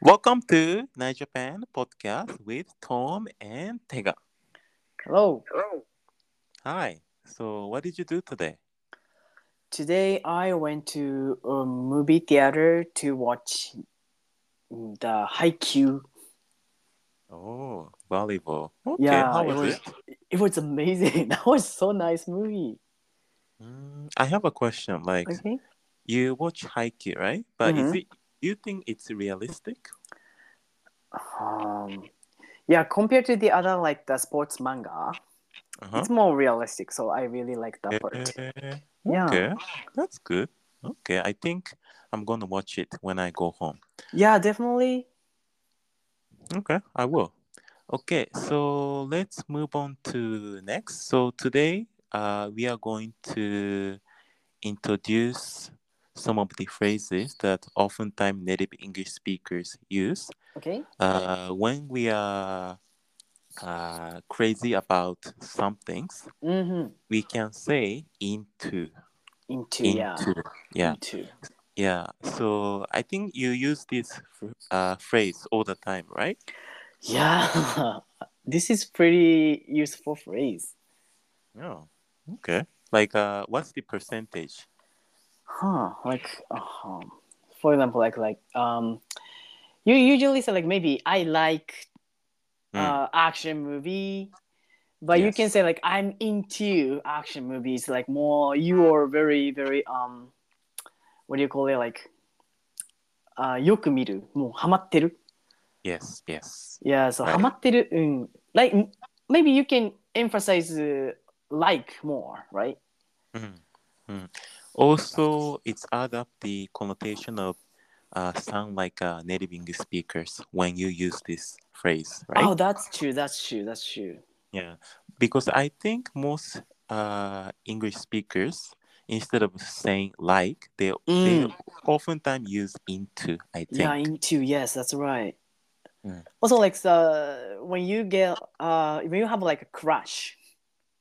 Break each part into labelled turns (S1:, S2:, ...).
S1: Welcome to Night Japan podcast with Tom and Tega.
S2: Hello.
S1: Hi. So, what did you do today?
S2: Today I went to a movie theater to watch the Haikyuu.
S1: Oh, volleyball. Okay,
S2: Yeah,
S1: how
S2: it
S1: was
S2: was-
S1: it?
S2: It was amazing. That was so nice movie.
S1: Mm, I have a question. Like,
S2: Okay.
S1: you watch Haikyuu, right? But is
S2: Mhm.
S1: it? You think it's realistic?
S2: Um, yeah, compared to the other like the sports manga,
S1: Uh-huh.
S2: it's more realistic. So I really like that part.
S1: Eh,
S2: Yeah.
S1: Okay, that's good. Okay, I think I'm gonna watch it when I go home.
S2: Yeah, definitely.
S1: Okay, I will. Okay, so let's move on to the next. So today, uh, we are going to introduce some of the phrases that oftentimes native English speakers use
S2: Okay.
S1: uh, when we are uh, crazy about some things.
S2: Mm-hmm.
S1: We can say into,
S2: Into, yeah.
S1: into, yeah,
S2: Into.
S1: yeah. So I think you use this phr- uh, phrase all the time, right?
S2: Yeah. this is pretty useful phrase.
S1: Oh, okay. Like, uh, what's the percentage?
S2: Huh. Like, um, for example, like, like, um, you usually say like maybe I like
S1: Mm,
S2: uh action movie, but you
S1: Yes.
S2: can say like I'm into action movies. Like more,
S1: Hmm.
S2: you are very, very um, what do you call it? Like, uh, よく見る。もうハマってる。
S1: yes, yes.
S2: Yeah. So
S1: Right.
S2: ハマってる。うん。Like maybe you can emphasize uh, like more, right?
S1: Mm, mm. Also, it's add up the connotation of uh, sound like uh, native English speakers when you use this phrase, right?
S2: Oh, that's true. That's true. That's true.
S1: Yeah, because I think most uh, English speakers, instead of saying like, they they
S2: Mm.
S1: oftentimes use into. I think.
S2: Yeah, into yes, that's right.
S1: Mm.
S2: Also, like the when you get uh when you have like a crush,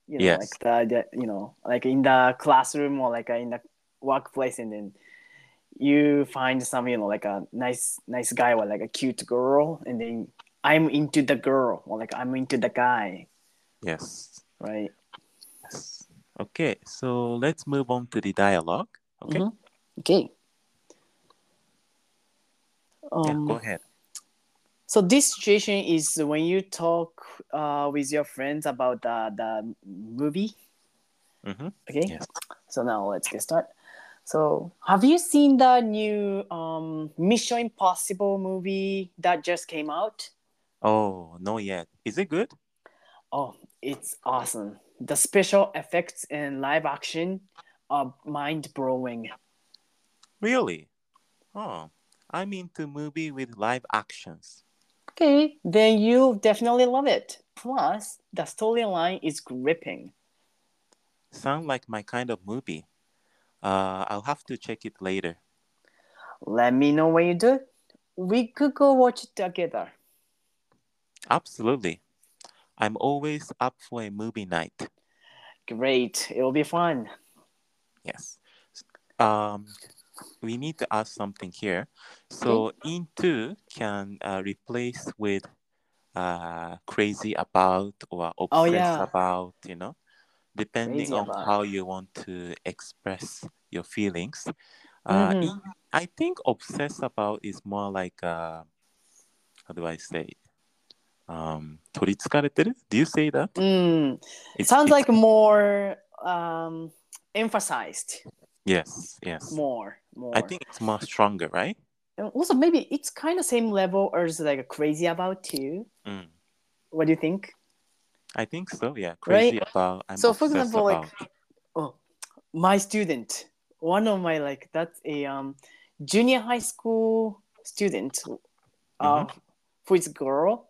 S2: you know,
S1: Yes.
S2: like the, the you know like in the classroom or like in the workplace, and then you find some you know like a nice nice guy or like a cute girl, and then I'm into the girl or like I'm into the guy,
S1: Yes.
S2: right?
S1: Yes. Okay, so let's move on to the dialogue. Okay.
S2: Mhm. Okay.
S1: Yeah,
S2: Um,
S1: go ahead.
S2: So this situation is when you talk uh, with your friends about the, the movie.
S1: hmm
S2: Okay.
S1: Yes.
S2: So now let's get started. So have you seen the new um, Mission Impossible movie that just came out?
S1: Oh, no, yet. Is it good?
S2: Oh, it's awesome. The special effects and live action are mind blowing.
S1: Really? Oh, I'm into movie with live actions.
S2: Okay. Then you'll definitely love it. Plus, the storyline is gripping.
S1: Sound like my kind of movie. Uh, I'll have to check it later.
S2: Let me know when you do. We could go watch it together.
S1: Absolutely. I'm always up for a movie night.
S2: Great. It'll be fun.
S1: Yes. Um, we need to ask something here. So into can uh, replace with uh, crazy about or obsessed
S2: Oh, yeah.
S1: about, you know, depending
S2: Crazy
S1: on
S2: about.
S1: how you want to express your feelings. Uh,
S2: Mhm.
S1: in- I think obsessed about is more like, uh, how do I say it? Um, 取り憑かれてる? Do you say that?
S2: Mm.
S1: It's-
S2: Sounds
S1: it's-
S2: like more um, emphasized.
S1: yes, yes.
S2: More. More.
S1: I think it's more stronger, right?
S2: And also, maybe it's kind of same level as like crazy about too.
S1: Mm.
S2: What do you think?
S1: I think so. Yeah, crazy about. I'm
S2: So, for
S1: obsessed
S2: example, like-
S1: about.
S2: Oh, my student. One of my like that's a um, junior high school student. Uh,
S1: Mm-hmm.
S2: who is girl?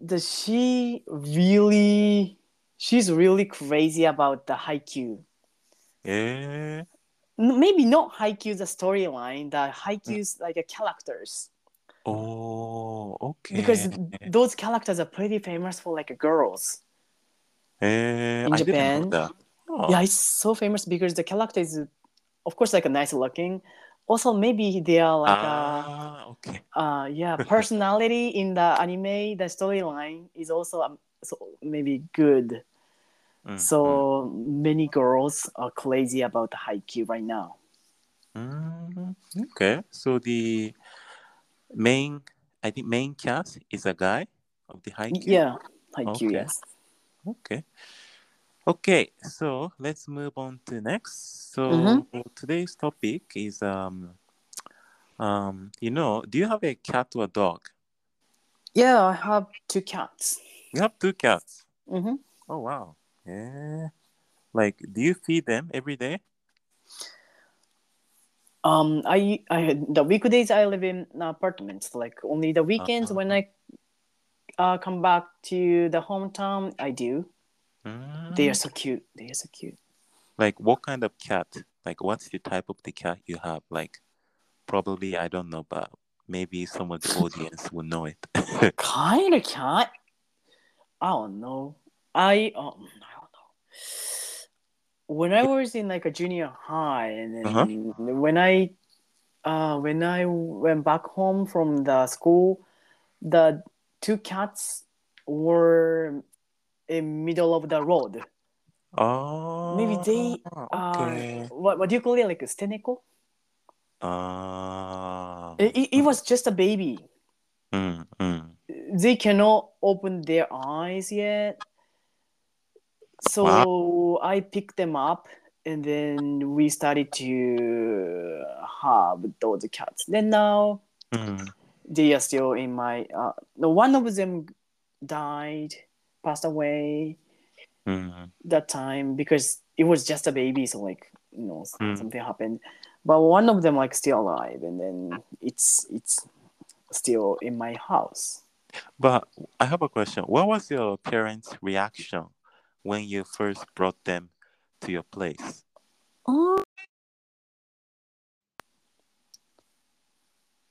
S2: The she really, she's really crazy about the haiku.
S1: yeah,
S2: N- maybe not Haikyuu's the storyline,
S1: Mm.
S2: the Haikyuu's like a characters
S1: oh, okay.
S2: because those characters are pretty famous for like girls.
S1: Eh,
S2: in
S1: I didn't
S2: Japan-
S1: know that. Oh,
S2: Yeah, it's so famous because the character is, of course, like a nice looking, also maybe they are like uh,
S1: ah, okay.
S2: uh yeah personality in the anime the storyline is also um, so maybe good
S1: Mm,
S2: so many girls are crazy about the haiku right now
S1: mm. Mm, okay. So the main, I think main cast is a guy of the high.
S2: yeah haiku
S1: Okay.
S2: yes
S1: Okay. Okay, so let's move on to next. So
S2: Mm-hmm.
S1: today's topic is um um you know, do you have a cat or a dog?
S2: yeah i have two cats
S1: You have two cats.
S2: hmm
S1: Oh wow. Yeah. Like do you feed them every day?
S2: um i i the weekdays i live in apartments like only the weekends when i uh, come back to the hometown i do
S1: Mm.
S2: they are so cute they are so cute
S1: Like what kind of cat? Like what's the type of the cat you have? Like probably I don't know, but maybe some of the audience will know it.
S2: kind of cat i don't know i um i don't know when i was in like a junior high and then
S1: Uh-huh.
S2: when i uh when i went back home from the school the two cats were in middle of the road
S1: oh
S2: Maybe they
S1: okay.
S2: uh what, what do you call it like a steneko
S1: Ah.
S2: it, it, it was just a baby
S1: Mm, mm.
S2: they cannot open their eyes yet so i picked them up and then we started to have those cats then now
S1: Mm.
S2: they are still in my uh no, one of them died passed away
S1: Mm.
S2: that time because it was just a baby so like you know s-
S1: Mm.
S2: something happened but one of them like still alive and then it's it's still in my house
S1: But I have a question. What was your parents' reaction when you first brought them to your place?
S2: Oh.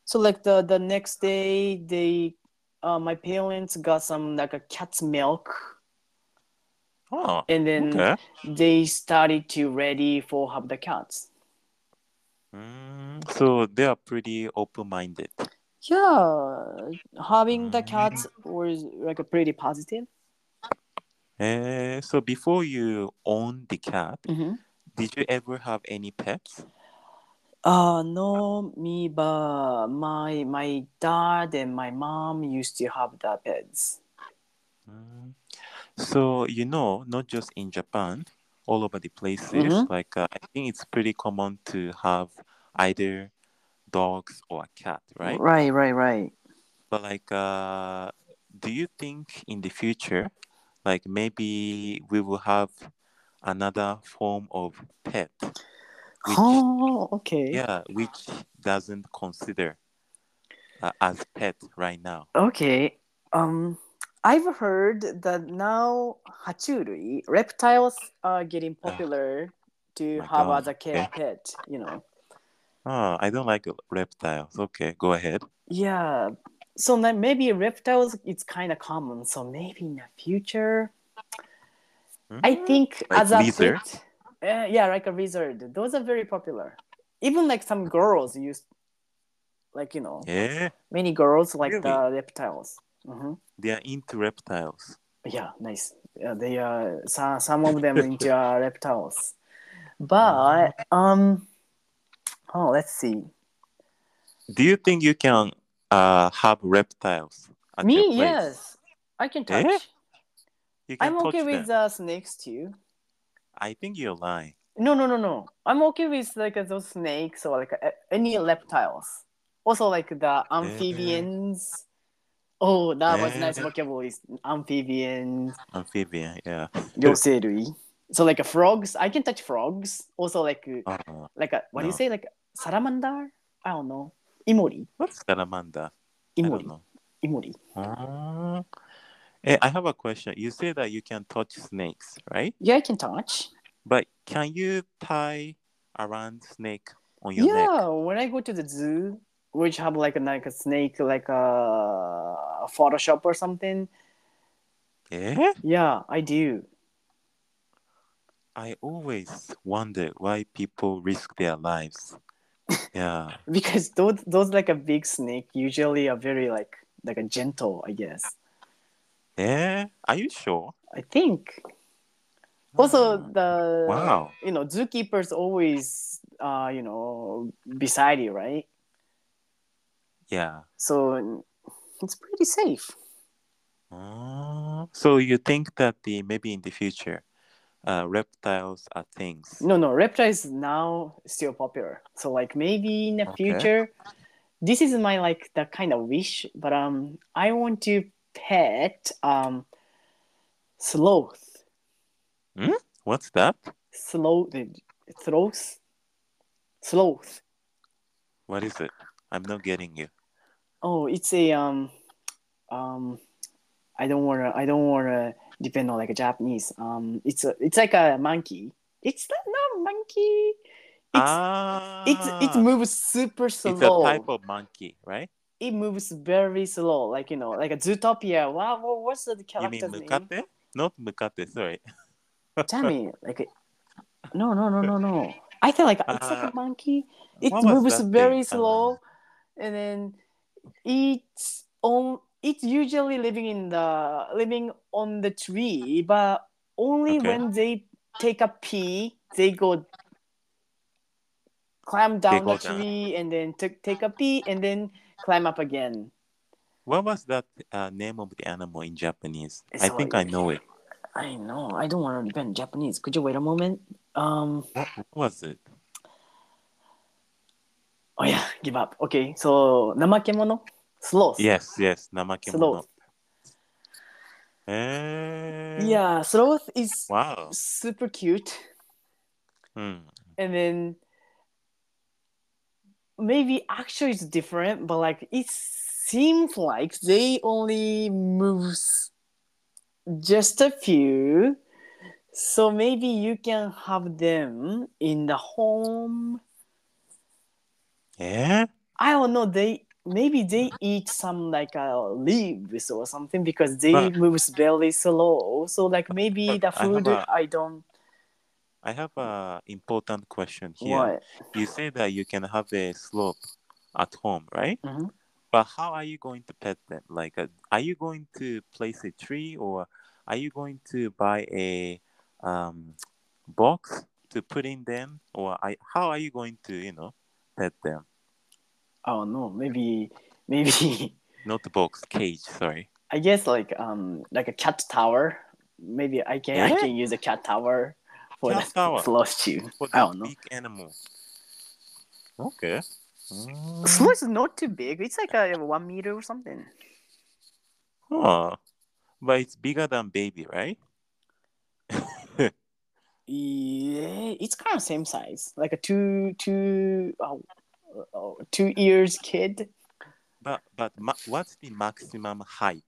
S2: so like the the next day they uh, my parents got some like a cat's milk
S1: Oh,
S2: and then
S1: okay.
S2: they started to ready for have the cats
S1: Mm, so they are pretty open-minded.
S2: yeah having the
S1: Mm.
S2: cats was like a pretty positive
S1: Eh, so before you owned the cat,
S2: mm-hmm.
S1: did you ever have any pets?
S2: Uh, no, me, but my my dad and my mom used to have the pets.
S1: Mm. So you know, not just in Japan, all over the places.
S2: Mhm.
S1: Like uh, I think it's pretty common to have either dogs or a cat, right?
S2: Right, right, right.
S1: But like, uh, do you think in the future, like maybe we will have another form of pet, which
S2: Oh, okay.
S1: yeah, which doesn't consider uh, as pet right now?
S2: Okay. Um, I've heard that now hachurui reptiles are getting
S1: Ah,
S2: popular to
S1: my
S2: have
S1: God,
S2: as a care
S1: okay.
S2: pet. You know.
S1: Oh, I don't like reptiles. Okay, go ahead.
S2: Yeah. So now maybe reptiles it's kind of common. So maybe in the future. I
S1: Mm,
S2: think
S1: Like
S2: as a
S1: lizard?
S2: pet, uh, yeah, like a lizard. Those are very popular. Even like some girls use, like you know,
S1: Yeah,
S2: many girls like the
S1: Really?
S2: reptiles. hmm
S1: they are into reptiles.
S2: Yeah, nice. Yeah, they are some some of them into uh, reptiles, but um, oh, let's see.
S1: Do you think you can uh, have reptiles at your
S2: Me,
S1: place?
S2: yes, I can
S1: Eh?
S2: touch.
S1: You can
S2: I'm
S1: touch
S2: okay
S1: them.
S2: with uh, snakes too.
S1: I think you're lying.
S2: No, no, no, no. I'm okay with like uh, those snakes or like uh, any reptiles. Also, like the amphibians. Oh, that was nice
S1: Yeah.
S2: vocabulary. Amphibians,
S1: Amphibian, yeah.
S2: yoserui. So like uh, frogs, I can touch frogs. Also like uh,
S1: Uh,
S2: like a, what do you
S1: No.
S2: say like salamander? I don't know. Imori,
S1: what's salamander? I don't
S2: imori,
S1: know.
S2: imori.
S1: Oh. Eh, I have a question. You say that you can touch snakes, right?
S2: Yeah, I can touch.
S1: But can you tie around snake on your neck?
S2: Yeah, when I go to the zoo, which have like a like a snake like a Photoshop or something.
S1: Eh?
S2: Yeah, I do.
S1: I always wonder why people risk their lives Yeah.
S2: because those those like a big snake usually are very like like a gentle, I guess.
S1: Yeah. Eh? Are you sure?
S2: I think. Also,
S1: Mm.
S2: the
S1: Wow.
S2: you know zookeepers always uh you know beside you, right?
S1: Yeah.
S2: So it's pretty safe.
S1: Oh, so you think that the maybe in the future, uh, reptiles are things?
S2: No, no, reptiles now still popular. So like maybe in the
S1: Okay.
S2: future, this is my like the kind of wish. But um, I want to pet um, sloth,
S1: What's that?
S2: sloth, sloth, sloth.
S1: What is it? I'm not getting you.
S2: Oh, it's a um, um, I don't wanna, I don't wanna depend on like a Japanese. Um, it's a, it's like a monkey. It's not, not a monkey. It's
S1: ah,
S2: it's it moves super slow.
S1: It's a type of monkey, right?
S2: it moves very slow, like you know, like a Zootopia. Wow, what, what's the
S1: You mean
S2: character's name?
S1: mukate? Not mukate, sorry.
S2: Tell me, like, no, no, no, no, no. I feel like it's
S1: Uh,
S2: like a monkey. It
S1: what was
S2: moves
S1: that
S2: very
S1: thing?
S2: slow,
S1: Uh,
S2: and then it's on. It's usually living in the living on the tree, but only
S1: Okay.
S2: when they take a pee, they go climb down
S1: go
S2: the
S1: down.
S2: tree and then t- take a pee and then climb up again.
S1: What was that uh, name of the animal in Japanese?
S2: It's
S1: I think I
S2: like-
S1: know it.
S2: I know. I don't want to depend Japanese. Could you wait a moment? Um.
S1: What was it?
S2: Oh yeah. Give up. Okay. So namakemono, sloth.
S1: Yes, yes, namakemono.
S2: Sloth.
S1: Eh,
S2: Yeah. Sloth is
S1: Wow.
S2: super cute,
S1: Hmm.
S2: and then maybe actually it's different, but like it seems like they only moves just a few. So maybe you can have them in the home.
S1: Yeah.
S2: I don't know. They maybe they eat some like uh, leaves or something because they
S1: But-
S2: moves very slow. So like maybe
S1: but
S2: the
S1: I have
S2: food
S1: a-
S2: I don't
S1: I have a important question here.
S2: what.
S1: You say that you can have a slope at home, right?
S2: Mhm.
S1: But how are you going to pet them? Like, uh, are you going to place a tree or are you going to buy a um, box to put in them? Or I, how are you going to, you know, pet them?
S2: I don't know. Maybe maybe
S1: Not box, cage, sorry.
S2: I guess like um like a cat tower. Maybe I can I
S1: Yeah.
S2: can use a cat tower for
S1: Eh? Cat
S2: the
S1: tower.
S2: slow stew.
S1: For
S2: I
S1: the
S2: don't know.
S1: big animal. Okay. Mm.
S2: Slow is not too big. It's like a one meter or something.
S1: Hmm. Huh. But it's bigger than baby, right?
S2: Yeah, it's kind of same size, like a two two oh, oh, two years kid.
S1: But but ma- what's the maximum height?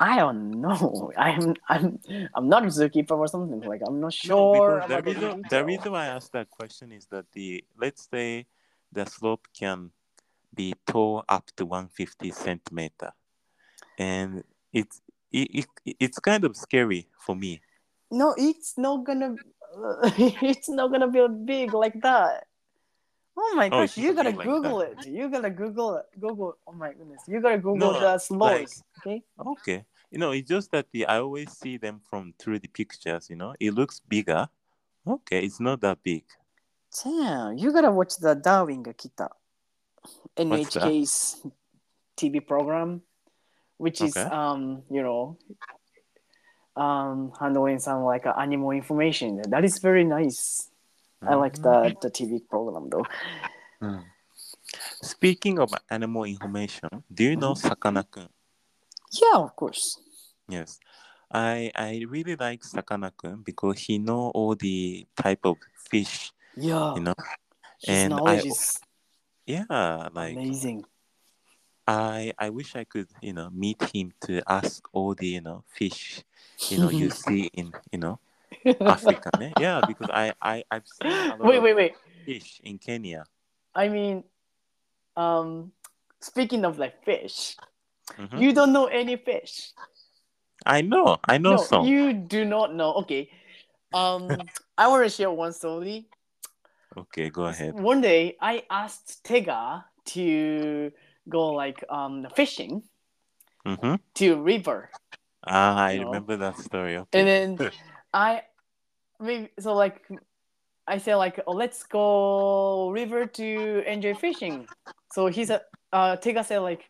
S2: I don't know. I'm I'm I'm not a zookeeper or something. Like I'm not
S1: No,
S2: sure.
S1: because the
S2: about the
S1: reason the
S2: detail.
S1: reason why I asked that question is that the let's say the slope can be tall up to 150 centimeter, and it's it, it, it's kind of scary for me.
S2: No, it's not gonna. it's not gonna be big like that. Oh my
S1: Oh, it
S2: gosh! You
S1: shouldn't be
S2: gotta
S1: like
S2: Google it. You gotta Google it. Google. Oh my goodness! You gotta Google
S1: No,
S2: the slows. okay.
S1: Okay, you know it's just that the I always see them from through the pictures. You know, it looks bigger. Okay, it's not that big.
S2: Damn! You gotta watch the Darwin ga Kita,
S1: What's that?
S2: NHK's TV program, which is
S1: Okay.
S2: um you know um handling some like uh, animal information. That is very nice. I like the
S1: Mm-hmm.
S2: the TV program though.
S1: Mm. Speaking of animal information, do you know Sakana-kun?
S2: Yeah, of course.
S1: Yes. I I really like Sakana-kun because he know all the type of fish,
S2: Yeah,
S1: you know.
S2: his
S1: and I-
S2: knowledge is
S1: Yeah, like
S2: amazing.
S1: I I wish I could, you know, meet him to ask all the, you know, fish, you know, you see in, you know, Africa. ne? Yeah, because I I I've seen a lot
S2: wait,
S1: of
S2: wait, wait.
S1: fish in Kenya.
S2: I mean, um, speaking of like fish,
S1: Mhm.
S2: you don't know any fish.
S1: I know, I know some.
S2: you do not know. Okay, um, I want to share one story.
S1: Okay, go ahead.
S2: One day, I asked Tega to go like um fishing
S1: Mm-hmm.
S2: to river,
S1: Ah, I
S2: No.
S1: remember that story. Okay.
S2: and then I, maybe so like, I said like, oh, let's go river to enjoy fishing. So he said, uh, Tega said like,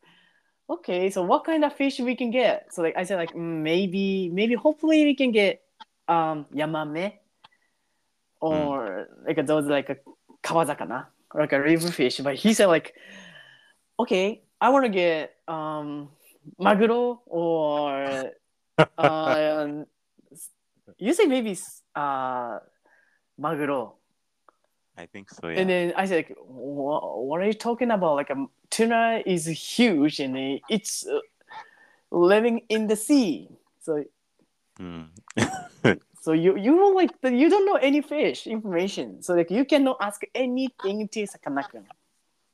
S2: okay, so what kind of fish we can get? So like I said like mm, maybe maybe hopefully we can get um yamame, or like those like a kawazakana or like a river fish. But he said like, okay, I want to get um maguro or uh, you say maybe uh maguro.
S1: I think so. Yeah.
S2: And then I said, like, "Wha- "What are you talking about? Like, um, tuna is huge and it- it's uh, living in the sea. So,
S1: Mm.
S2: so you you were like you don't know any fish information. So like you cannot ask anything to Sakanakun.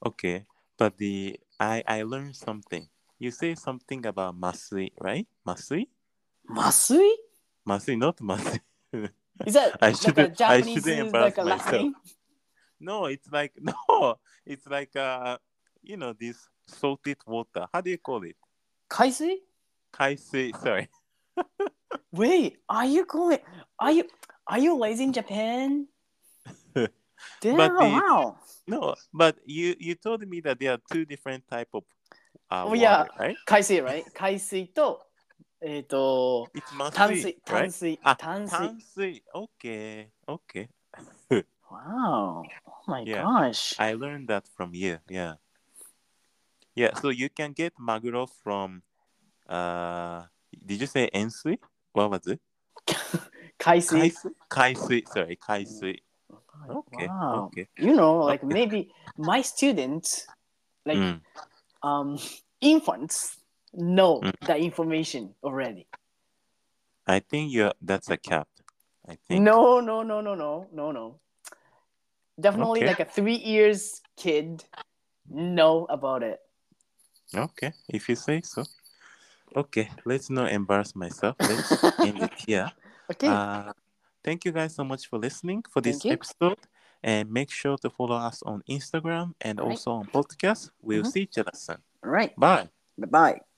S1: Okay, but the I I learned something. You say something about masui, right? Masui,
S2: Masui?
S1: masui, not masui.
S2: Is that
S1: I
S2: like a
S1: shouldn't- I
S2: Japanese
S1: shouldn't
S2: like
S1: embarrass
S2: a last
S1: myself.
S2: name?
S1: No, it's like no, it's like uh, you know, this salted water. How do you call it?
S2: Kaisui?
S1: Kaisei. Sorry.
S2: Wait, are you going? Are you are you lazy in Japan? Damn!
S1: the-
S2: wow.
S1: No, but you you told me that there are two different type of uh,
S2: Oh, yeah.
S1: water, right?
S2: 海水 right? 海水とえっ、ー、と
S1: It's masui,
S2: 淡水、淡
S1: right?
S2: 水、
S1: あ
S2: 淡水。
S1: Tansui. Okay, okay.
S2: wow. Oh my
S1: Yeah.
S2: gosh.
S1: I learned that from you. Yeah. Yeah. So you can get maguro from. Uh, did you say ensui? What was it?
S2: 海水。
S1: Kaisui. Kaisui. Sorry, kaisui. Okay. Oh。
S2: Wow.
S1: Okay.
S2: You know, like maybe my students, like
S1: Mm.
S2: um, infants, know
S1: Mm.
S2: the information already.
S1: I think you. are That's a cap. I think.
S2: No, no, no, no, no, no, no. Definitely
S1: Okay.
S2: like a three years kid know about it.
S1: Okay. If you say so. Okay. Let's not embarrass myself. Let's end it here.
S2: Okay.
S1: Uh, thank you guys so much for listening for this
S2: Thank you.
S1: episode. And make sure to follow us on Instagram and
S2: All right.
S1: also on podcast. We'll
S2: Mhm.
S1: see each other soon.
S2: All right.
S1: Bye.
S2: Bye bye.